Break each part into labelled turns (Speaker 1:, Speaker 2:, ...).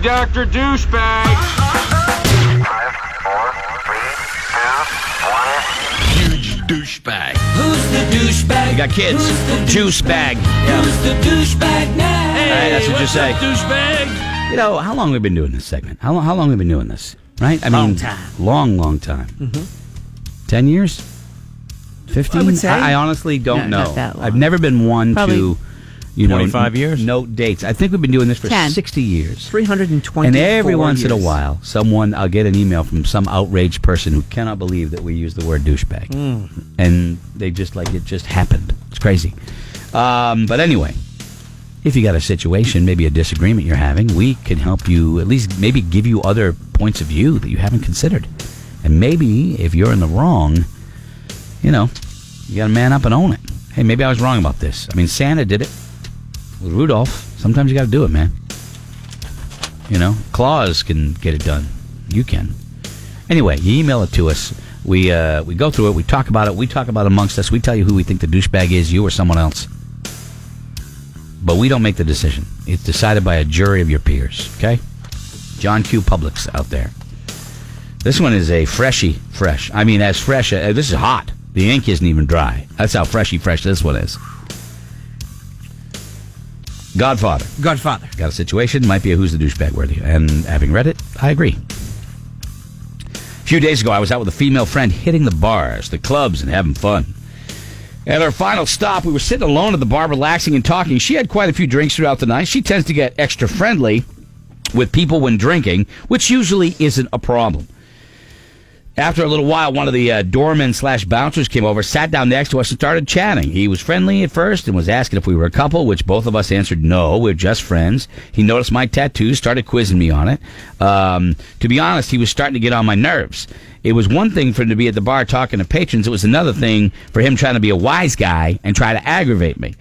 Speaker 1: Dr. Douchebag.
Speaker 2: Five, four, three, two, one.
Speaker 3: Huge douchebag.
Speaker 4: Who's the douchebag?
Speaker 3: You got kids. Juice bag. Yeah.
Speaker 4: Who's the douchebag now?
Speaker 3: Hey, that's what you
Speaker 5: what's
Speaker 3: say.
Speaker 5: up, douchebag?
Speaker 3: You know, how long we been doing this segment? How long, how long we been doing this? Right? I mean,
Speaker 5: Long time.
Speaker 3: Long, long time. 10 years? 15?
Speaker 6: I would say.
Speaker 3: I, honestly don't
Speaker 6: No,
Speaker 3: know.
Speaker 6: not that long.
Speaker 3: I've never been one
Speaker 6: Probably-
Speaker 3: to, you know,
Speaker 5: 25 years?
Speaker 3: note dates. I think we've been doing this for
Speaker 6: 10.
Speaker 3: 60 years.
Speaker 6: 320.
Speaker 3: And every once in a while, someone I'll get an email from some outraged person who cannot believe that we use the word douchebag, and they just like it just happened. It's crazy. Um, but anyway, if you got a situation, maybe a disagreement you're having, we can help you at least maybe give you other points of view that you haven't considered, and maybe if you're in the wrong, you know, you got to man up and own it. Hey, maybe I was wrong about this. I mean, Santa did it with Rudolph. Sometimes you got to do it, man. You know, Claus can get it done. You can. Anyway, you email it to us. We uh, we go through it. We talk about it. We talk about it amongst us. We tell you who we think the douchebag is, you or someone else. But we don't make the decision. It's decided by a jury of your peers. Okay, John Q. Publix out there. This one is a freshy fresh. I mean, as fresh. Uh, this is hot. The ink isn't even dry. That's how freshy fresh this one is. Godfather
Speaker 6: Godfather.
Speaker 3: got a situation, might be a who's the douchebag worthy. And having read it, I agree. A few days ago, I was out with a female friend hitting the bars, the clubs, and having fun. At our final stop, we were sitting alone at the bar, relaxing and talking. She had quite a few drinks throughout the night. She tends to get extra friendly with people when drinking, which usually isn't a problem. After a little while, one of the uh, doormen slash bouncers came over, sat down next to us, and started chatting. He was friendly at first and was asking if we were a couple, which both of us answered no, we're just friends. He noticed my tattoo, started quizzing me on it. Um, to be honest, he was starting to get on my nerves. It was one thing for him to be at the bar talking to patrons, it was another thing for him trying to be a wise guy and try to aggravate me.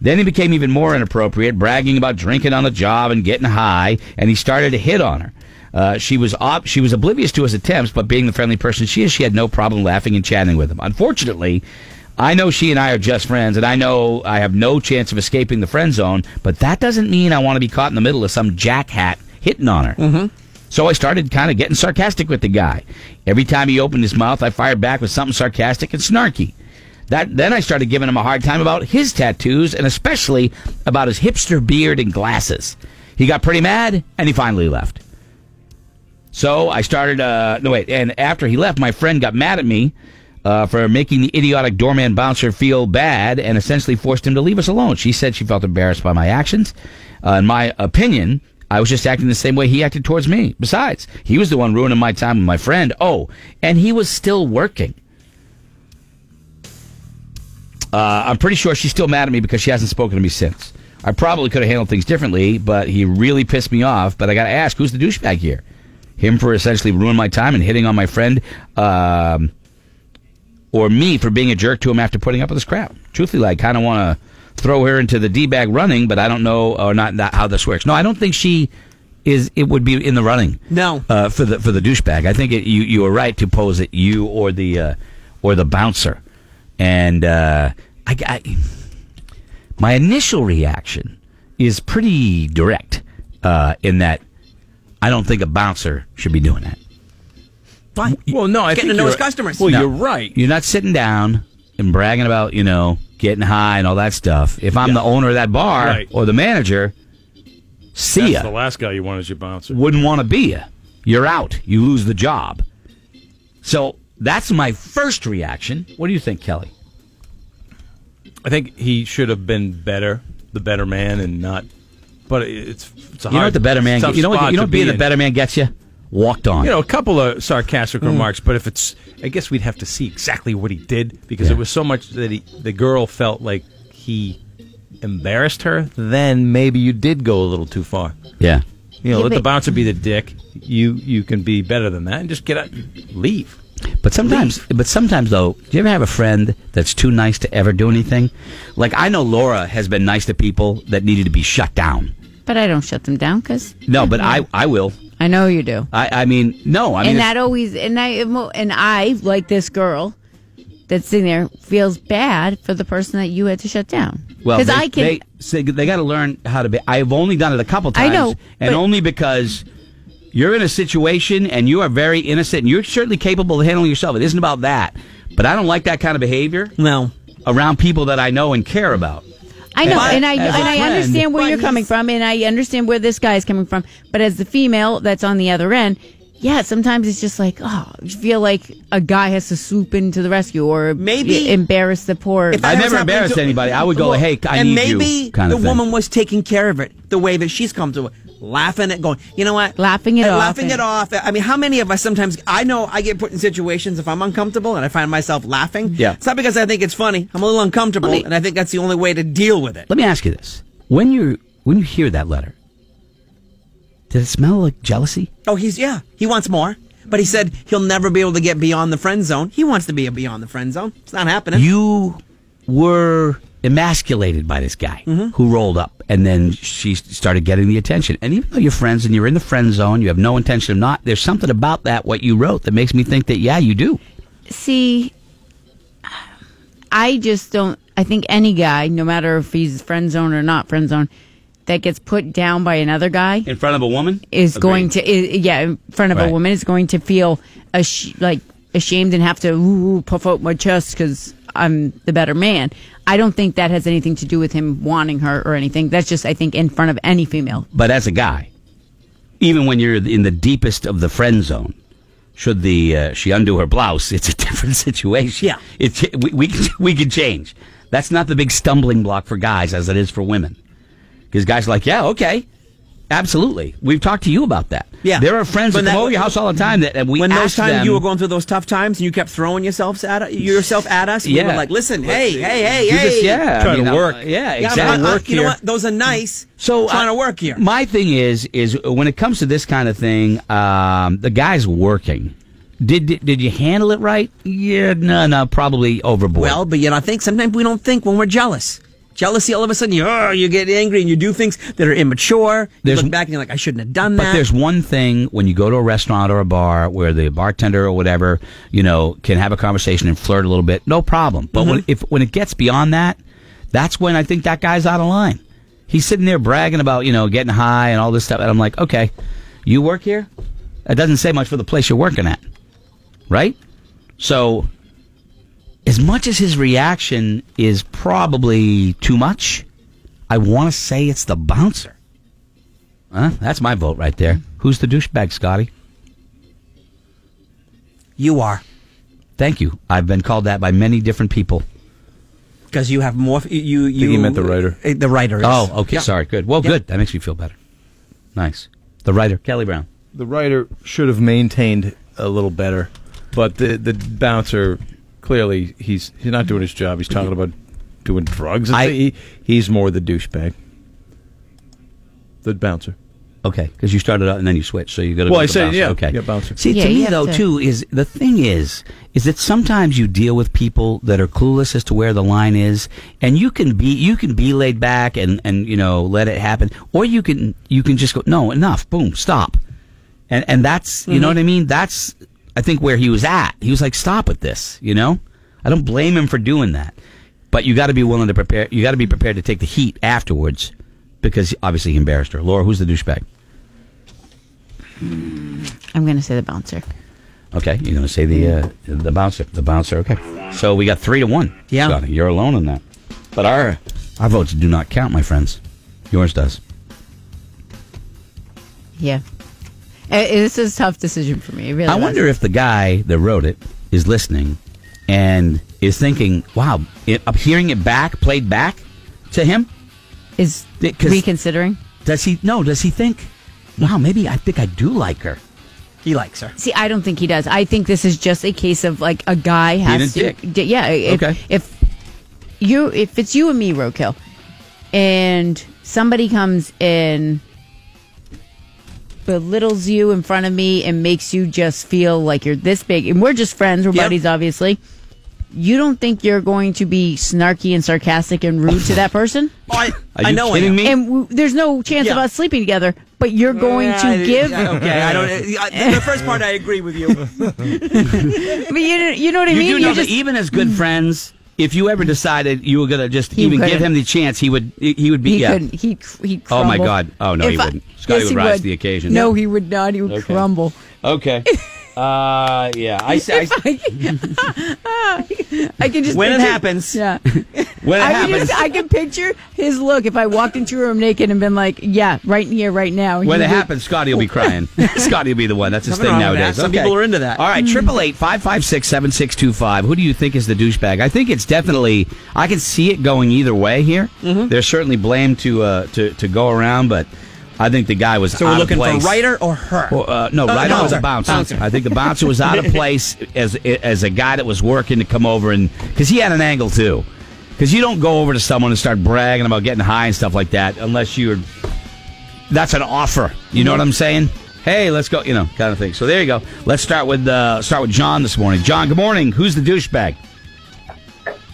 Speaker 3: Then he became even more inappropriate, bragging about drinking on the job and getting high, and he started to hit on her. Uh, she was op- she was oblivious to his attempts, but being the friendly person she is, she had no problem laughing and chatting with him. Unfortunately, I know she and I are just friends, and I know I have no chance of escaping the friend zone. But that doesn't mean I want to be caught in the middle of some jackhat hitting on her. So I started kind of getting sarcastic with the guy. Every time he opened his mouth, I fired back with something sarcastic and snarky. That then I started giving him a hard time about his tattoos and especially about his hipster beard and glasses. He got pretty mad and he finally left. So I started. Uh, no wait. And after he left, my friend got mad at me uh, for making the idiotic doorman bouncer feel bad and essentially forced him to leave us alone. She said she felt embarrassed by my actions. Uh, in my opinion, I was just acting the same way he acted towards me. Besides, he was the one ruining my time with my friend. Oh, and he was still working. Uh, I'm pretty sure she's still mad at me because she hasn't spoken to me since. I probably could have handled things differently, but he really pissed me off. But I got to ask, who's the douchebag here? Him for essentially ruining my time and hitting on my friend, um, or me for being a jerk to him after putting up with this crap? Truthfully, I kind of want to throw her into the d bag running, but I don't know or not, not how this works. No, I don't think she is. It would be in the running.
Speaker 6: No.
Speaker 3: uh, for the for the douchebag. I think it, you you were right to pose it you or the uh, or the bouncer, and uh, I, I my initial reaction is pretty direct uh, in that I don't think a bouncer should be doing that.
Speaker 6: Why?
Speaker 5: Well, no, I
Speaker 6: Getting
Speaker 5: think
Speaker 6: to know
Speaker 5: you're-
Speaker 6: his customers.
Speaker 5: Well,
Speaker 3: No.
Speaker 5: you're right.
Speaker 3: You're not sitting down and bragging about you know getting high and all that stuff. If I'm
Speaker 5: Yeah.
Speaker 3: the owner of that bar
Speaker 5: Right.
Speaker 3: or the manager, see
Speaker 5: That's
Speaker 3: ya.
Speaker 5: the last guy you want as your bouncer.
Speaker 3: wouldn't want to be you. You're out. You lose the job. So that's my first reaction. What do you think, Kelly?
Speaker 5: I think he should have been better, the better man, and not. But it's it's a
Speaker 3: You know
Speaker 5: hard,
Speaker 3: what the better man.
Speaker 5: tough
Speaker 3: You know what?
Speaker 5: spot
Speaker 3: You know
Speaker 5: to
Speaker 3: what being
Speaker 5: be
Speaker 3: the
Speaker 5: in.
Speaker 3: better Hmm. man gets you. Walked on.
Speaker 5: You know, a couple of sarcastic remarks, but if it's, I guess we'd have to see exactly what he did because
Speaker 3: Yeah.
Speaker 5: it was so much that he, the girl felt like he embarrassed her. Then maybe you did go a little too far.
Speaker 3: yeah.
Speaker 5: You know,
Speaker 7: Yeah,
Speaker 5: let the
Speaker 7: but-
Speaker 5: bouncer be the dick. You you can be better than that, and just get out, leave.
Speaker 3: But sometimes, but sometimes though, do you ever have a friend that's too nice to ever do anything? Like I know Laura has been nice to people that needed to be shut down.
Speaker 7: But I don't shut them down because
Speaker 3: No, but I, I will.
Speaker 7: I know you do.
Speaker 3: I, I mean, no. I mean,
Speaker 7: Mm-hmm. and
Speaker 3: it's-
Speaker 7: that always and I and I like this girl that's sitting there feels bad for the person that you had to shut down.
Speaker 3: Well,
Speaker 7: 'Cause
Speaker 3: they,
Speaker 7: I can-
Speaker 3: They, say- they got to learn how to be. I've only done it a couple
Speaker 7: I
Speaker 3: times.
Speaker 7: know,
Speaker 3: and
Speaker 7: but-
Speaker 3: only because you're in a situation and you are very innocent and you're certainly capable of handling yourself. It isn't about that. But I don't like that kind of behavior
Speaker 6: No.
Speaker 3: around people that I know and care about.
Speaker 7: I know,
Speaker 3: But
Speaker 7: and I
Speaker 3: as a
Speaker 7: and I
Speaker 3: friend-
Speaker 7: understand where
Speaker 6: But
Speaker 7: you're coming
Speaker 6: he's-
Speaker 7: from, and I understand where this guy is coming from. But as the female that's on the other end, yeah, sometimes it's just like, oh, you feel like a guy has to swoop in to the rescue or
Speaker 6: Maybe-
Speaker 7: y- embarrass the poor.
Speaker 6: If
Speaker 3: I
Speaker 6: that was
Speaker 3: never
Speaker 6: happening
Speaker 3: embarrassed anybody. I would go, "Hey, I
Speaker 6: and
Speaker 3: need you,"
Speaker 6: maybe
Speaker 3: kind
Speaker 6: the
Speaker 3: of thing.
Speaker 6: woman was taking care of it the way that she's come to it, laughing at going, you know what,
Speaker 7: Laughing it
Speaker 6: And
Speaker 7: off
Speaker 6: laughing
Speaker 7: and-
Speaker 6: it off. I mean, how many of us sometimes? I know I get put in situations if I'm uncomfortable and I find myself laughing.
Speaker 3: Yeah.
Speaker 6: it's not because I think it's funny. I'm a little uncomfortable,
Speaker 3: Let me-
Speaker 6: and I think that's the only way to deal with it.
Speaker 3: Let me ask you this: when you when you hear that letter, did it smell like jealousy?
Speaker 6: Oh, he's yeah, he wants more. But he said he'll never be able to get beyond the friend zone. He wants to be beyond the friend zone. It's not happening.
Speaker 3: You were emasculated by this guy who rolled up, and then she started getting the attention. And even though you're friends and you're in the friend zone, you have no intention of not. There's something about that what you wrote that makes me think that yeah, you do.
Speaker 7: see i just don't i think any guy no matter if he's friend zone or not friend zone that gets put down by another guy
Speaker 3: In front of a woman
Speaker 7: is going to i yeah in front of
Speaker 3: Right.
Speaker 7: a woman is going to feel ash- like ashamed and have to ooh, puff out my chest because i'm the better man i don't think that has anything to do with him wanting her or anything that's just i think in front of any female
Speaker 3: But as a guy, even when you're in the deepest of the friend zone, should the uh, she undo her blouse, it's a different situation.
Speaker 6: Yeah.
Speaker 3: it's we we can, we can change. That's not the big stumbling block for guys as it is for women, because guys are like, yeah, okay, absolutely. We've talked to you about that.
Speaker 6: Yeah.
Speaker 3: there are friends
Speaker 6: When
Speaker 3: that, come
Speaker 6: that-
Speaker 3: over your house all the time that and we
Speaker 6: when
Speaker 3: ask
Speaker 6: those times
Speaker 3: them,
Speaker 6: you were going through those tough times and you kept throwing yourselves at yourself at us, we
Speaker 3: Yeah.
Speaker 6: were like, "Listen, hey, hey, hey,
Speaker 3: you
Speaker 6: hey,
Speaker 3: just yeah,
Speaker 5: Try to
Speaker 3: I'm-
Speaker 5: work.
Speaker 3: yeah,
Speaker 6: Yeah,
Speaker 3: exactly.
Speaker 6: but I- I- you know what? Those are nice.
Speaker 3: So
Speaker 6: trying
Speaker 3: I-
Speaker 6: to work here.
Speaker 3: My thing is, is when it comes to this kind of thing, um, the guy's working. Did, did did you handle it right? Yeah, no, no, probably overboard.
Speaker 6: well, but you know, I think sometimes we don't think when we're jealous. Jealousy, all of a sudden, you oh, you get angry and you do things that are immature. You
Speaker 3: There's-
Speaker 6: look back and you're like, I shouldn't have done
Speaker 3: but
Speaker 6: that.
Speaker 3: there's one thing when you go to a restaurant or a bar where the bartender or whatever, you know, can have a conversation and flirt a little bit, no problem. But
Speaker 6: Mm-hmm.
Speaker 3: when if when it gets beyond that, that's when I think that guy's out of line. He's sitting there bragging about you know getting high and all this stuff, and I'm like, okay, you work here. That doesn't say much for the place you're working at, right? So, as much as his reaction is probably too much, I want to say it's the bouncer. Huh? That's my vote right there. Who's the douchebag, Scotty?
Speaker 6: you are
Speaker 3: Thank you. I've been called that by many different people.
Speaker 6: because you have more. You you,
Speaker 5: you meant the writer.
Speaker 6: Uh, The writer. is-
Speaker 3: Oh, okay.
Speaker 6: Yeah.
Speaker 3: Sorry. Good. Well,
Speaker 6: Yeah.
Speaker 3: good. That makes me feel better. Nice. The writer, Kelly Brown.
Speaker 5: The writer should have maintained a little better, but the the bouncer clearly he's he's not doing his job. He's talking about doing drugs. and
Speaker 3: I-
Speaker 5: thi- he, he's more the douchebag. The bouncer.
Speaker 3: Okay, because you started out and then you switched, so you got to.
Speaker 5: Well,
Speaker 3: go
Speaker 5: I
Speaker 3: to
Speaker 5: said,
Speaker 3: bouncer.
Speaker 5: yeah,
Speaker 3: Okay,
Speaker 5: yeah, bouncer.
Speaker 3: See,
Speaker 7: Yeah,
Speaker 3: to
Speaker 7: you
Speaker 3: me
Speaker 7: have
Speaker 3: though,
Speaker 7: to-
Speaker 3: too, is the thing is, is that sometimes you deal with people that are clueless as to where the line is, and you can be, you can be laid back and and you know let it happen, or you can you can just go, no, enough, boom, stop, and and that's you know what I mean. That's I think where he was at. He was like, stop with this, you know. I don't blame him for doing that, but you got to be willing to prepare. You got to be prepared to take the heat afterwards, because obviously he embarrassed her. Laura, who's the douchebag?
Speaker 7: i'm gonna say the bouncer
Speaker 3: Okay, you're going to say the uh, the bouncer, the bouncer. Okay, so we got three to one.
Speaker 6: Yeah.
Speaker 3: Scotty. you're alone in that. But our our votes do not count, my friends. Yours does.
Speaker 7: yeah Uh, this is a tough decision for me it really
Speaker 3: I
Speaker 7: was.
Speaker 3: wonder if the guy that wrote it is listening and is thinking, "Wow, it, I'm hearing it back, played back to him."
Speaker 7: is
Speaker 3: Yeah, 'cause-
Speaker 7: reconsidering
Speaker 3: Does he? No, does he think? Wow, maybe I think I do like her.
Speaker 6: He likes her.
Speaker 7: See, I don't think he does. I think this is just a case of like a guy has
Speaker 3: Being a
Speaker 7: to.
Speaker 3: dick.
Speaker 7: d- yeah. If,
Speaker 3: Okay.
Speaker 7: If you, if it's you and me, Roadkill, and somebody comes in, belittles you in front of me and makes you just feel like you're this big, and we're just friends, we're
Speaker 6: Yeah.
Speaker 7: buddies, obviously. You don't think you're going to be snarky and sarcastic and rude to that person?
Speaker 6: Oh, I,
Speaker 3: Are
Speaker 6: I
Speaker 3: you
Speaker 6: know. I
Speaker 3: kidding
Speaker 6: am.
Speaker 3: me?
Speaker 7: And w- there's no chance of
Speaker 6: Yeah.
Speaker 7: us sleeping together, but you're going
Speaker 6: Yeah,
Speaker 7: to
Speaker 6: I-
Speaker 7: give.
Speaker 6: yeah, Okay, I don't. I, the first part, I agree with you.
Speaker 7: But you, you know what I
Speaker 3: you do
Speaker 7: mean? You
Speaker 3: know
Speaker 7: just-
Speaker 3: that even as good friends, if you ever decided you were going to just
Speaker 7: He
Speaker 3: even give
Speaker 7: couldn't.
Speaker 3: him the chance, he would he would be
Speaker 7: He
Speaker 3: yeah.
Speaker 7: couldn't. He cr- he.
Speaker 3: Oh, my
Speaker 7: crumbled.
Speaker 3: God. Oh, no, he
Speaker 7: If I-
Speaker 3: wouldn't. Scotty
Speaker 7: yes,
Speaker 3: would
Speaker 7: he
Speaker 3: rise to the occasion.
Speaker 7: No,
Speaker 3: No.
Speaker 7: he would not. He would
Speaker 3: Okay.
Speaker 7: crumble.
Speaker 3: Okay. uh, yeah. I, s- I s-
Speaker 7: I can just
Speaker 6: When it
Speaker 7: picture-
Speaker 6: happens.
Speaker 7: Yeah,
Speaker 3: when it
Speaker 7: I can
Speaker 3: happens,
Speaker 7: just I can picture his look if I walked into a room naked and been like, yeah, right here, right now.
Speaker 3: when
Speaker 7: He
Speaker 3: it
Speaker 7: would-
Speaker 3: happens, Scotty will be crying. Scotty will be the one. That's his
Speaker 6: Nothing
Speaker 3: thing
Speaker 6: wrong with
Speaker 3: nowadays.
Speaker 6: that. Some people are into that.
Speaker 3: All right, triple eight five five six seven six two five. Who do you think is the douchebag? I think it's definitely. I can see it going either way here. There's certainly blame to uh, to to go around, but I think the guy was
Speaker 6: So we're
Speaker 3: out of
Speaker 6: looking
Speaker 3: place.
Speaker 6: for writer or her.
Speaker 3: Well, uh, no,
Speaker 6: Oh,
Speaker 3: right on the
Speaker 6: bouncer.
Speaker 3: bouncer.
Speaker 6: Bouncer.
Speaker 3: I think the bouncer was out of place as as a guy that was working to come over and because he had an angle too. Because you don't go over to someone and start bragging about getting high and stuff like that unless you're. That's an offer. You know what I'm saying? Hey, let's go. You know, kind of thing. So there you go. Let's start with uh, start with John this morning. John, good morning. Who's the douchebag?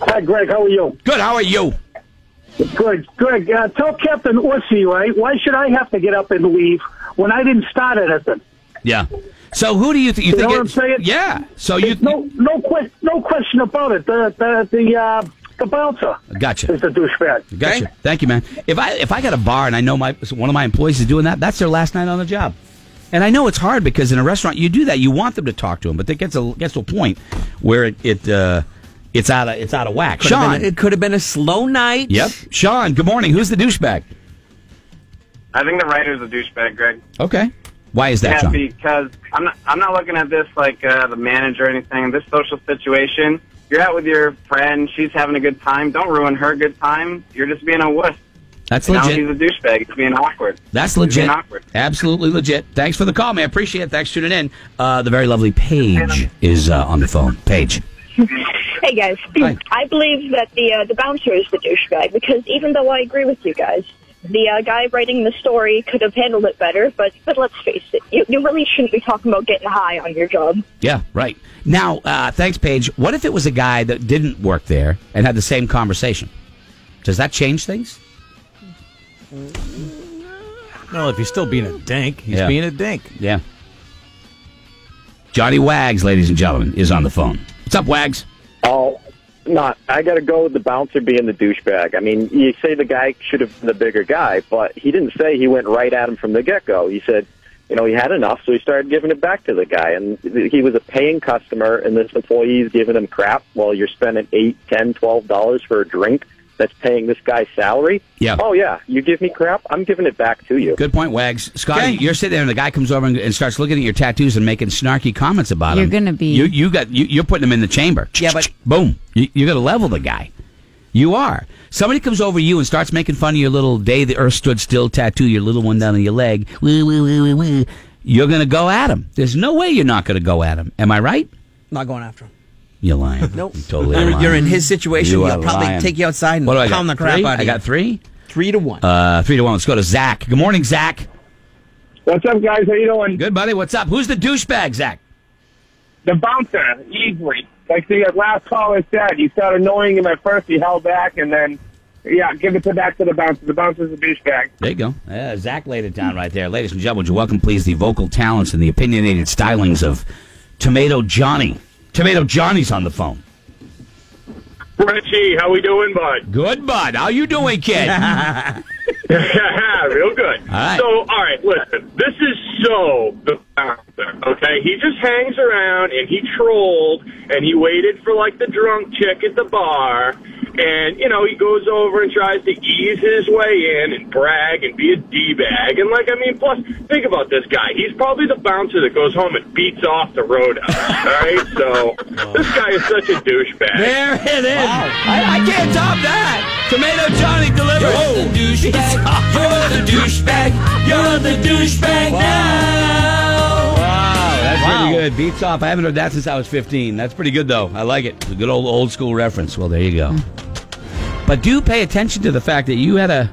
Speaker 8: Hi, Greg. How are you?
Speaker 3: Good. How are you?
Speaker 8: Good. Greg, uh, tell Captain Orsi, right? Why should I have to get up and leave when I didn't start anything?
Speaker 3: Yeah. So who do you, th- you
Speaker 8: You know
Speaker 3: think?
Speaker 8: what
Speaker 3: it's-
Speaker 8: I'm saying?
Speaker 3: Yeah. So you
Speaker 8: No, no, que- no question about it. The the the uh, the bouncer
Speaker 3: Gotcha.
Speaker 8: is the douchebag.
Speaker 3: Gotcha. Thank you, man. If I if I got a bar and I know my one of my employees is doing that, that's their last night on the job. And I know it's hard because in a restaurant you do that. You want them to talk to them, but it gets a gets to a point where it, it uh, it's out of it's out of whack.
Speaker 6: Could have
Speaker 3: Sean.
Speaker 6: been- it could have been a slow night.
Speaker 3: yep. Sean. Good morning. Who's the douchebag?
Speaker 9: I think the writer's a douchebag, Greg.
Speaker 3: Okay. Why is that,
Speaker 9: Yeah,
Speaker 3: Sean?
Speaker 9: because I'm not, I'm not looking at this like uh, the manager or anything. This social situation, you're out with your friend. She's having a good time. Don't ruin her good time. You're just being a wuss.
Speaker 3: That's
Speaker 9: Now
Speaker 3: legit.
Speaker 9: he's a douchebag. It's being awkward.
Speaker 3: That's
Speaker 9: He's being
Speaker 3: legit.
Speaker 9: awkward.
Speaker 3: Absolutely legit. Thanks for the call, man. Appreciate it. Thanks for tuning in. Uh, the very lovely Paige is uh, on the phone. Paige.
Speaker 10: Hey guys,
Speaker 3: Hi.
Speaker 10: I believe that the uh, the bouncer is the douchebag because even though I agree with you guys, the uh, guy writing the story could have handled it better. But but let's face it, you, you really shouldn't be talking about getting high on your job.
Speaker 3: Yeah, right. Now, uh, thanks, Paige. What if it was a guy that didn't work there and had the same conversation? Does that change things?
Speaker 5: No, if he's still being a dink, he's
Speaker 3: Yeah.
Speaker 5: being a dink.
Speaker 3: Yeah. Johnny Wags, ladies and gentlemen, is on the phone. What's up, Wags?
Speaker 11: Oh, not. I got to go with the bouncer being the douchebag. I mean, you say the guy should have been the bigger guy, but he didn't say he went right at him from the get go. He said, you know, he had enough, so he started giving it back to the guy. And th- he was a paying customer, and this employee's giving him crap while you're spending eight, ten, twelve dollars for a drink that's paying this guy's salary.
Speaker 3: Yeah.
Speaker 11: Oh yeah, you give me crap, I'm giving it back to you.
Speaker 3: Good point, Wags. Scotty,
Speaker 6: Okay.
Speaker 3: you're sitting there, and the guy comes over and, and starts looking at your tattoos and making snarky comments about
Speaker 7: You're
Speaker 3: them.
Speaker 7: gonna be-
Speaker 3: you. You got you, you're putting him in the chamber.
Speaker 6: Yeah, but-
Speaker 3: boom, you, you're gonna level the guy. You are. Somebody comes over you and starts making fun of your little day the earth stood still tattoo, your little one down on your leg. Woo, woo, woo, woo, woo. You're gonna go at him. There's no way you're not gonna go at him. Am I right?
Speaker 6: Not going after him.
Speaker 3: You're lying.
Speaker 6: Nope.
Speaker 3: You totally.
Speaker 6: You're-
Speaker 3: lying.
Speaker 6: you're in his situation.
Speaker 3: You
Speaker 6: He'll
Speaker 3: are
Speaker 6: probably
Speaker 3: lying.
Speaker 6: take you outside and
Speaker 3: What do I
Speaker 6: pound
Speaker 3: got?
Speaker 6: the crap
Speaker 3: Three?
Speaker 6: out of
Speaker 3: I
Speaker 6: you.
Speaker 3: got three.
Speaker 6: Three to one.
Speaker 3: Uh, three to one. Let's go to Zach. Good morning, Zach.
Speaker 8: What's up, guys? How you doing?
Speaker 3: Good buddy. What's up? Who's the douchebag, Zach?
Speaker 8: The bouncer, easily. Like the last caller said, you started annoying him at first. He held back, and then yeah, give it to back to the bouncer. The bouncer's a douchebag.
Speaker 3: There you go. Yeah, Uh, Zach laid it down right there. Ladies and gentlemen, would you welcome, please, the vocal talents and the opinionated stylings of Tomato Johnny. Tomato Johnny's on the phone.
Speaker 8: Richie, how we doing, bud?
Speaker 3: Good, bud. How you doing, kid?
Speaker 8: Real good.
Speaker 3: right.
Speaker 8: So, all right, listen. This is so the bouncer. Okay, he just hangs around and he trolled and he waited for like the drunk chick at the bar, and you know he goes over and tries to ease his way in and brag and be a d bag and like I mean, plus think about this guy. He's probably the bouncer that goes home and beats off the road. all right, so this guy is such a douchebag.
Speaker 3: there it is. I, I can't top that. Tomato Johnny delivers.
Speaker 4: You're the douchebag. You're the douchebag. You're the douchebag now.
Speaker 3: Wow, that's
Speaker 6: Wow.
Speaker 3: pretty good. Beats off. I haven't heard that since I was 15. That's pretty good, though. I like it. It's a good old old school reference. Well, there you go. But do pay attention to the fact that you had a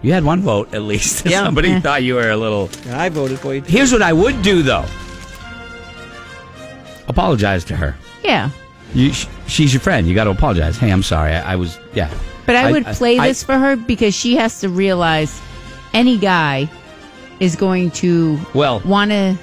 Speaker 3: you had one vote at least.
Speaker 6: Yeah.
Speaker 3: Somebody
Speaker 7: Yeah.
Speaker 3: thought you were a little.
Speaker 6: I voted for you.
Speaker 3: Here's what I would do, though. Apologize to her.
Speaker 7: Yeah,
Speaker 3: You, sh- she's your friend. You got to apologize. Hey, I'm sorry. I, I was, yeah.
Speaker 7: but I, would play this for her because she has to realize any guy is going to
Speaker 3: Well-
Speaker 7: want to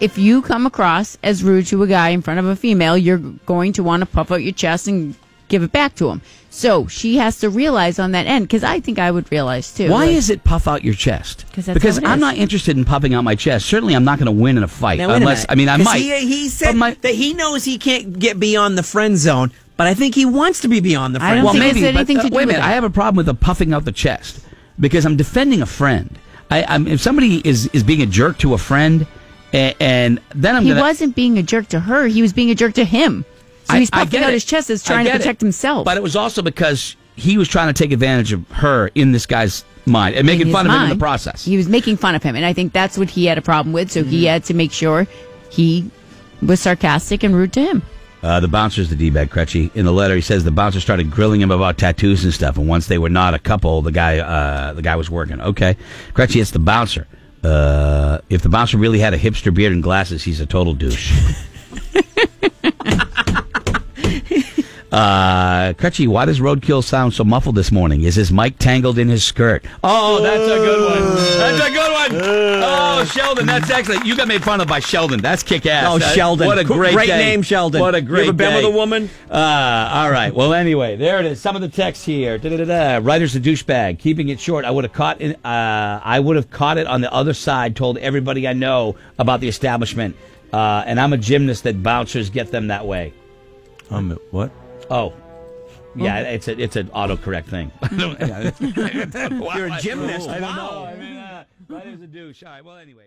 Speaker 7: if you come across as rude to a guy in front of a female, you're going to want to puff out your chest and give it back to him. So she has to realize on that end, because I think I would realize too.
Speaker 3: Why
Speaker 7: like-
Speaker 3: is it puff out your chest?
Speaker 7: 'Cause that's
Speaker 3: because
Speaker 7: how it
Speaker 3: I'm
Speaker 7: is.
Speaker 3: not interested in puffing out my chest. Certainly, I'm not going to win in a fight
Speaker 6: Now, wait a
Speaker 3: unless
Speaker 6: minute.
Speaker 3: I mean I
Speaker 6: 'Cause
Speaker 3: might.
Speaker 6: He, he said that he knows he can't get beyond the friend zone, but I think he wants to be beyond the friend
Speaker 3: well,
Speaker 6: zone.
Speaker 3: maybe, but, uh, wait a minute. I have a problem with the puffing out the chest because I'm defending a friend. I, I'm, if somebody is, is being a jerk to a friend, and, and then I'm
Speaker 7: he
Speaker 3: gonna,
Speaker 7: wasn't being a jerk to her. He was being a jerk to him. So
Speaker 3: I-
Speaker 7: he's
Speaker 3: I
Speaker 7: puffing
Speaker 3: get
Speaker 7: out
Speaker 3: it.
Speaker 7: his chest as
Speaker 3: I
Speaker 7: trying to
Speaker 3: get it.
Speaker 7: protect himself.
Speaker 3: But it was also because he was trying to take advantage of her in this guy's mind and making
Speaker 7: his
Speaker 3: fun of him in
Speaker 7: mind.
Speaker 3: the process. Mm-hmm.
Speaker 7: He was making fun of him, and I think that's what he had a problem with. So he had to make sure he was sarcastic and rude to him.
Speaker 3: Uh, the bouncer's the D-bag, Crutchy. In the letter, he says the bouncer started grilling him about tattoos and stuff, and once they were not a couple, the guy uh, the guy was working. Okay. Crutchy, it's the bouncer. Uh, if the bouncer really had a hipster beard and glasses, he's a total douche. uh, Crutchy, why does roadkill sound so muffled this morning? Is his mic tangled in his skirt? Oh, that's a good one. That's a good one. Oh, Sheldon, that's excellent. You got made fun of by Sheldon. That's kick ass.
Speaker 6: Oh, Sheldon.
Speaker 3: What a great,
Speaker 6: Great
Speaker 3: day.
Speaker 6: name, Sheldon.
Speaker 3: What a
Speaker 6: You
Speaker 3: great
Speaker 6: ever been
Speaker 3: day.
Speaker 6: with a woman?
Speaker 3: Uh, all right. Well, anyway, there it is. Some of the text here. Da-da-da-da. Writer's a douchebag. Keeping it short, I would have caught. In, uh, I would have caught it on the other side. Told everybody I know about the establishment. Uh, and I'm a gymnast that bouncers get them that way.
Speaker 5: Um, what?
Speaker 3: Oh, yeah. It's a it's an autocorrect thing.
Speaker 4: You're a gymnast.
Speaker 3: I don't
Speaker 4: Wow.
Speaker 3: know. I mean, uh, writer's a douche. All right. Well, anyway.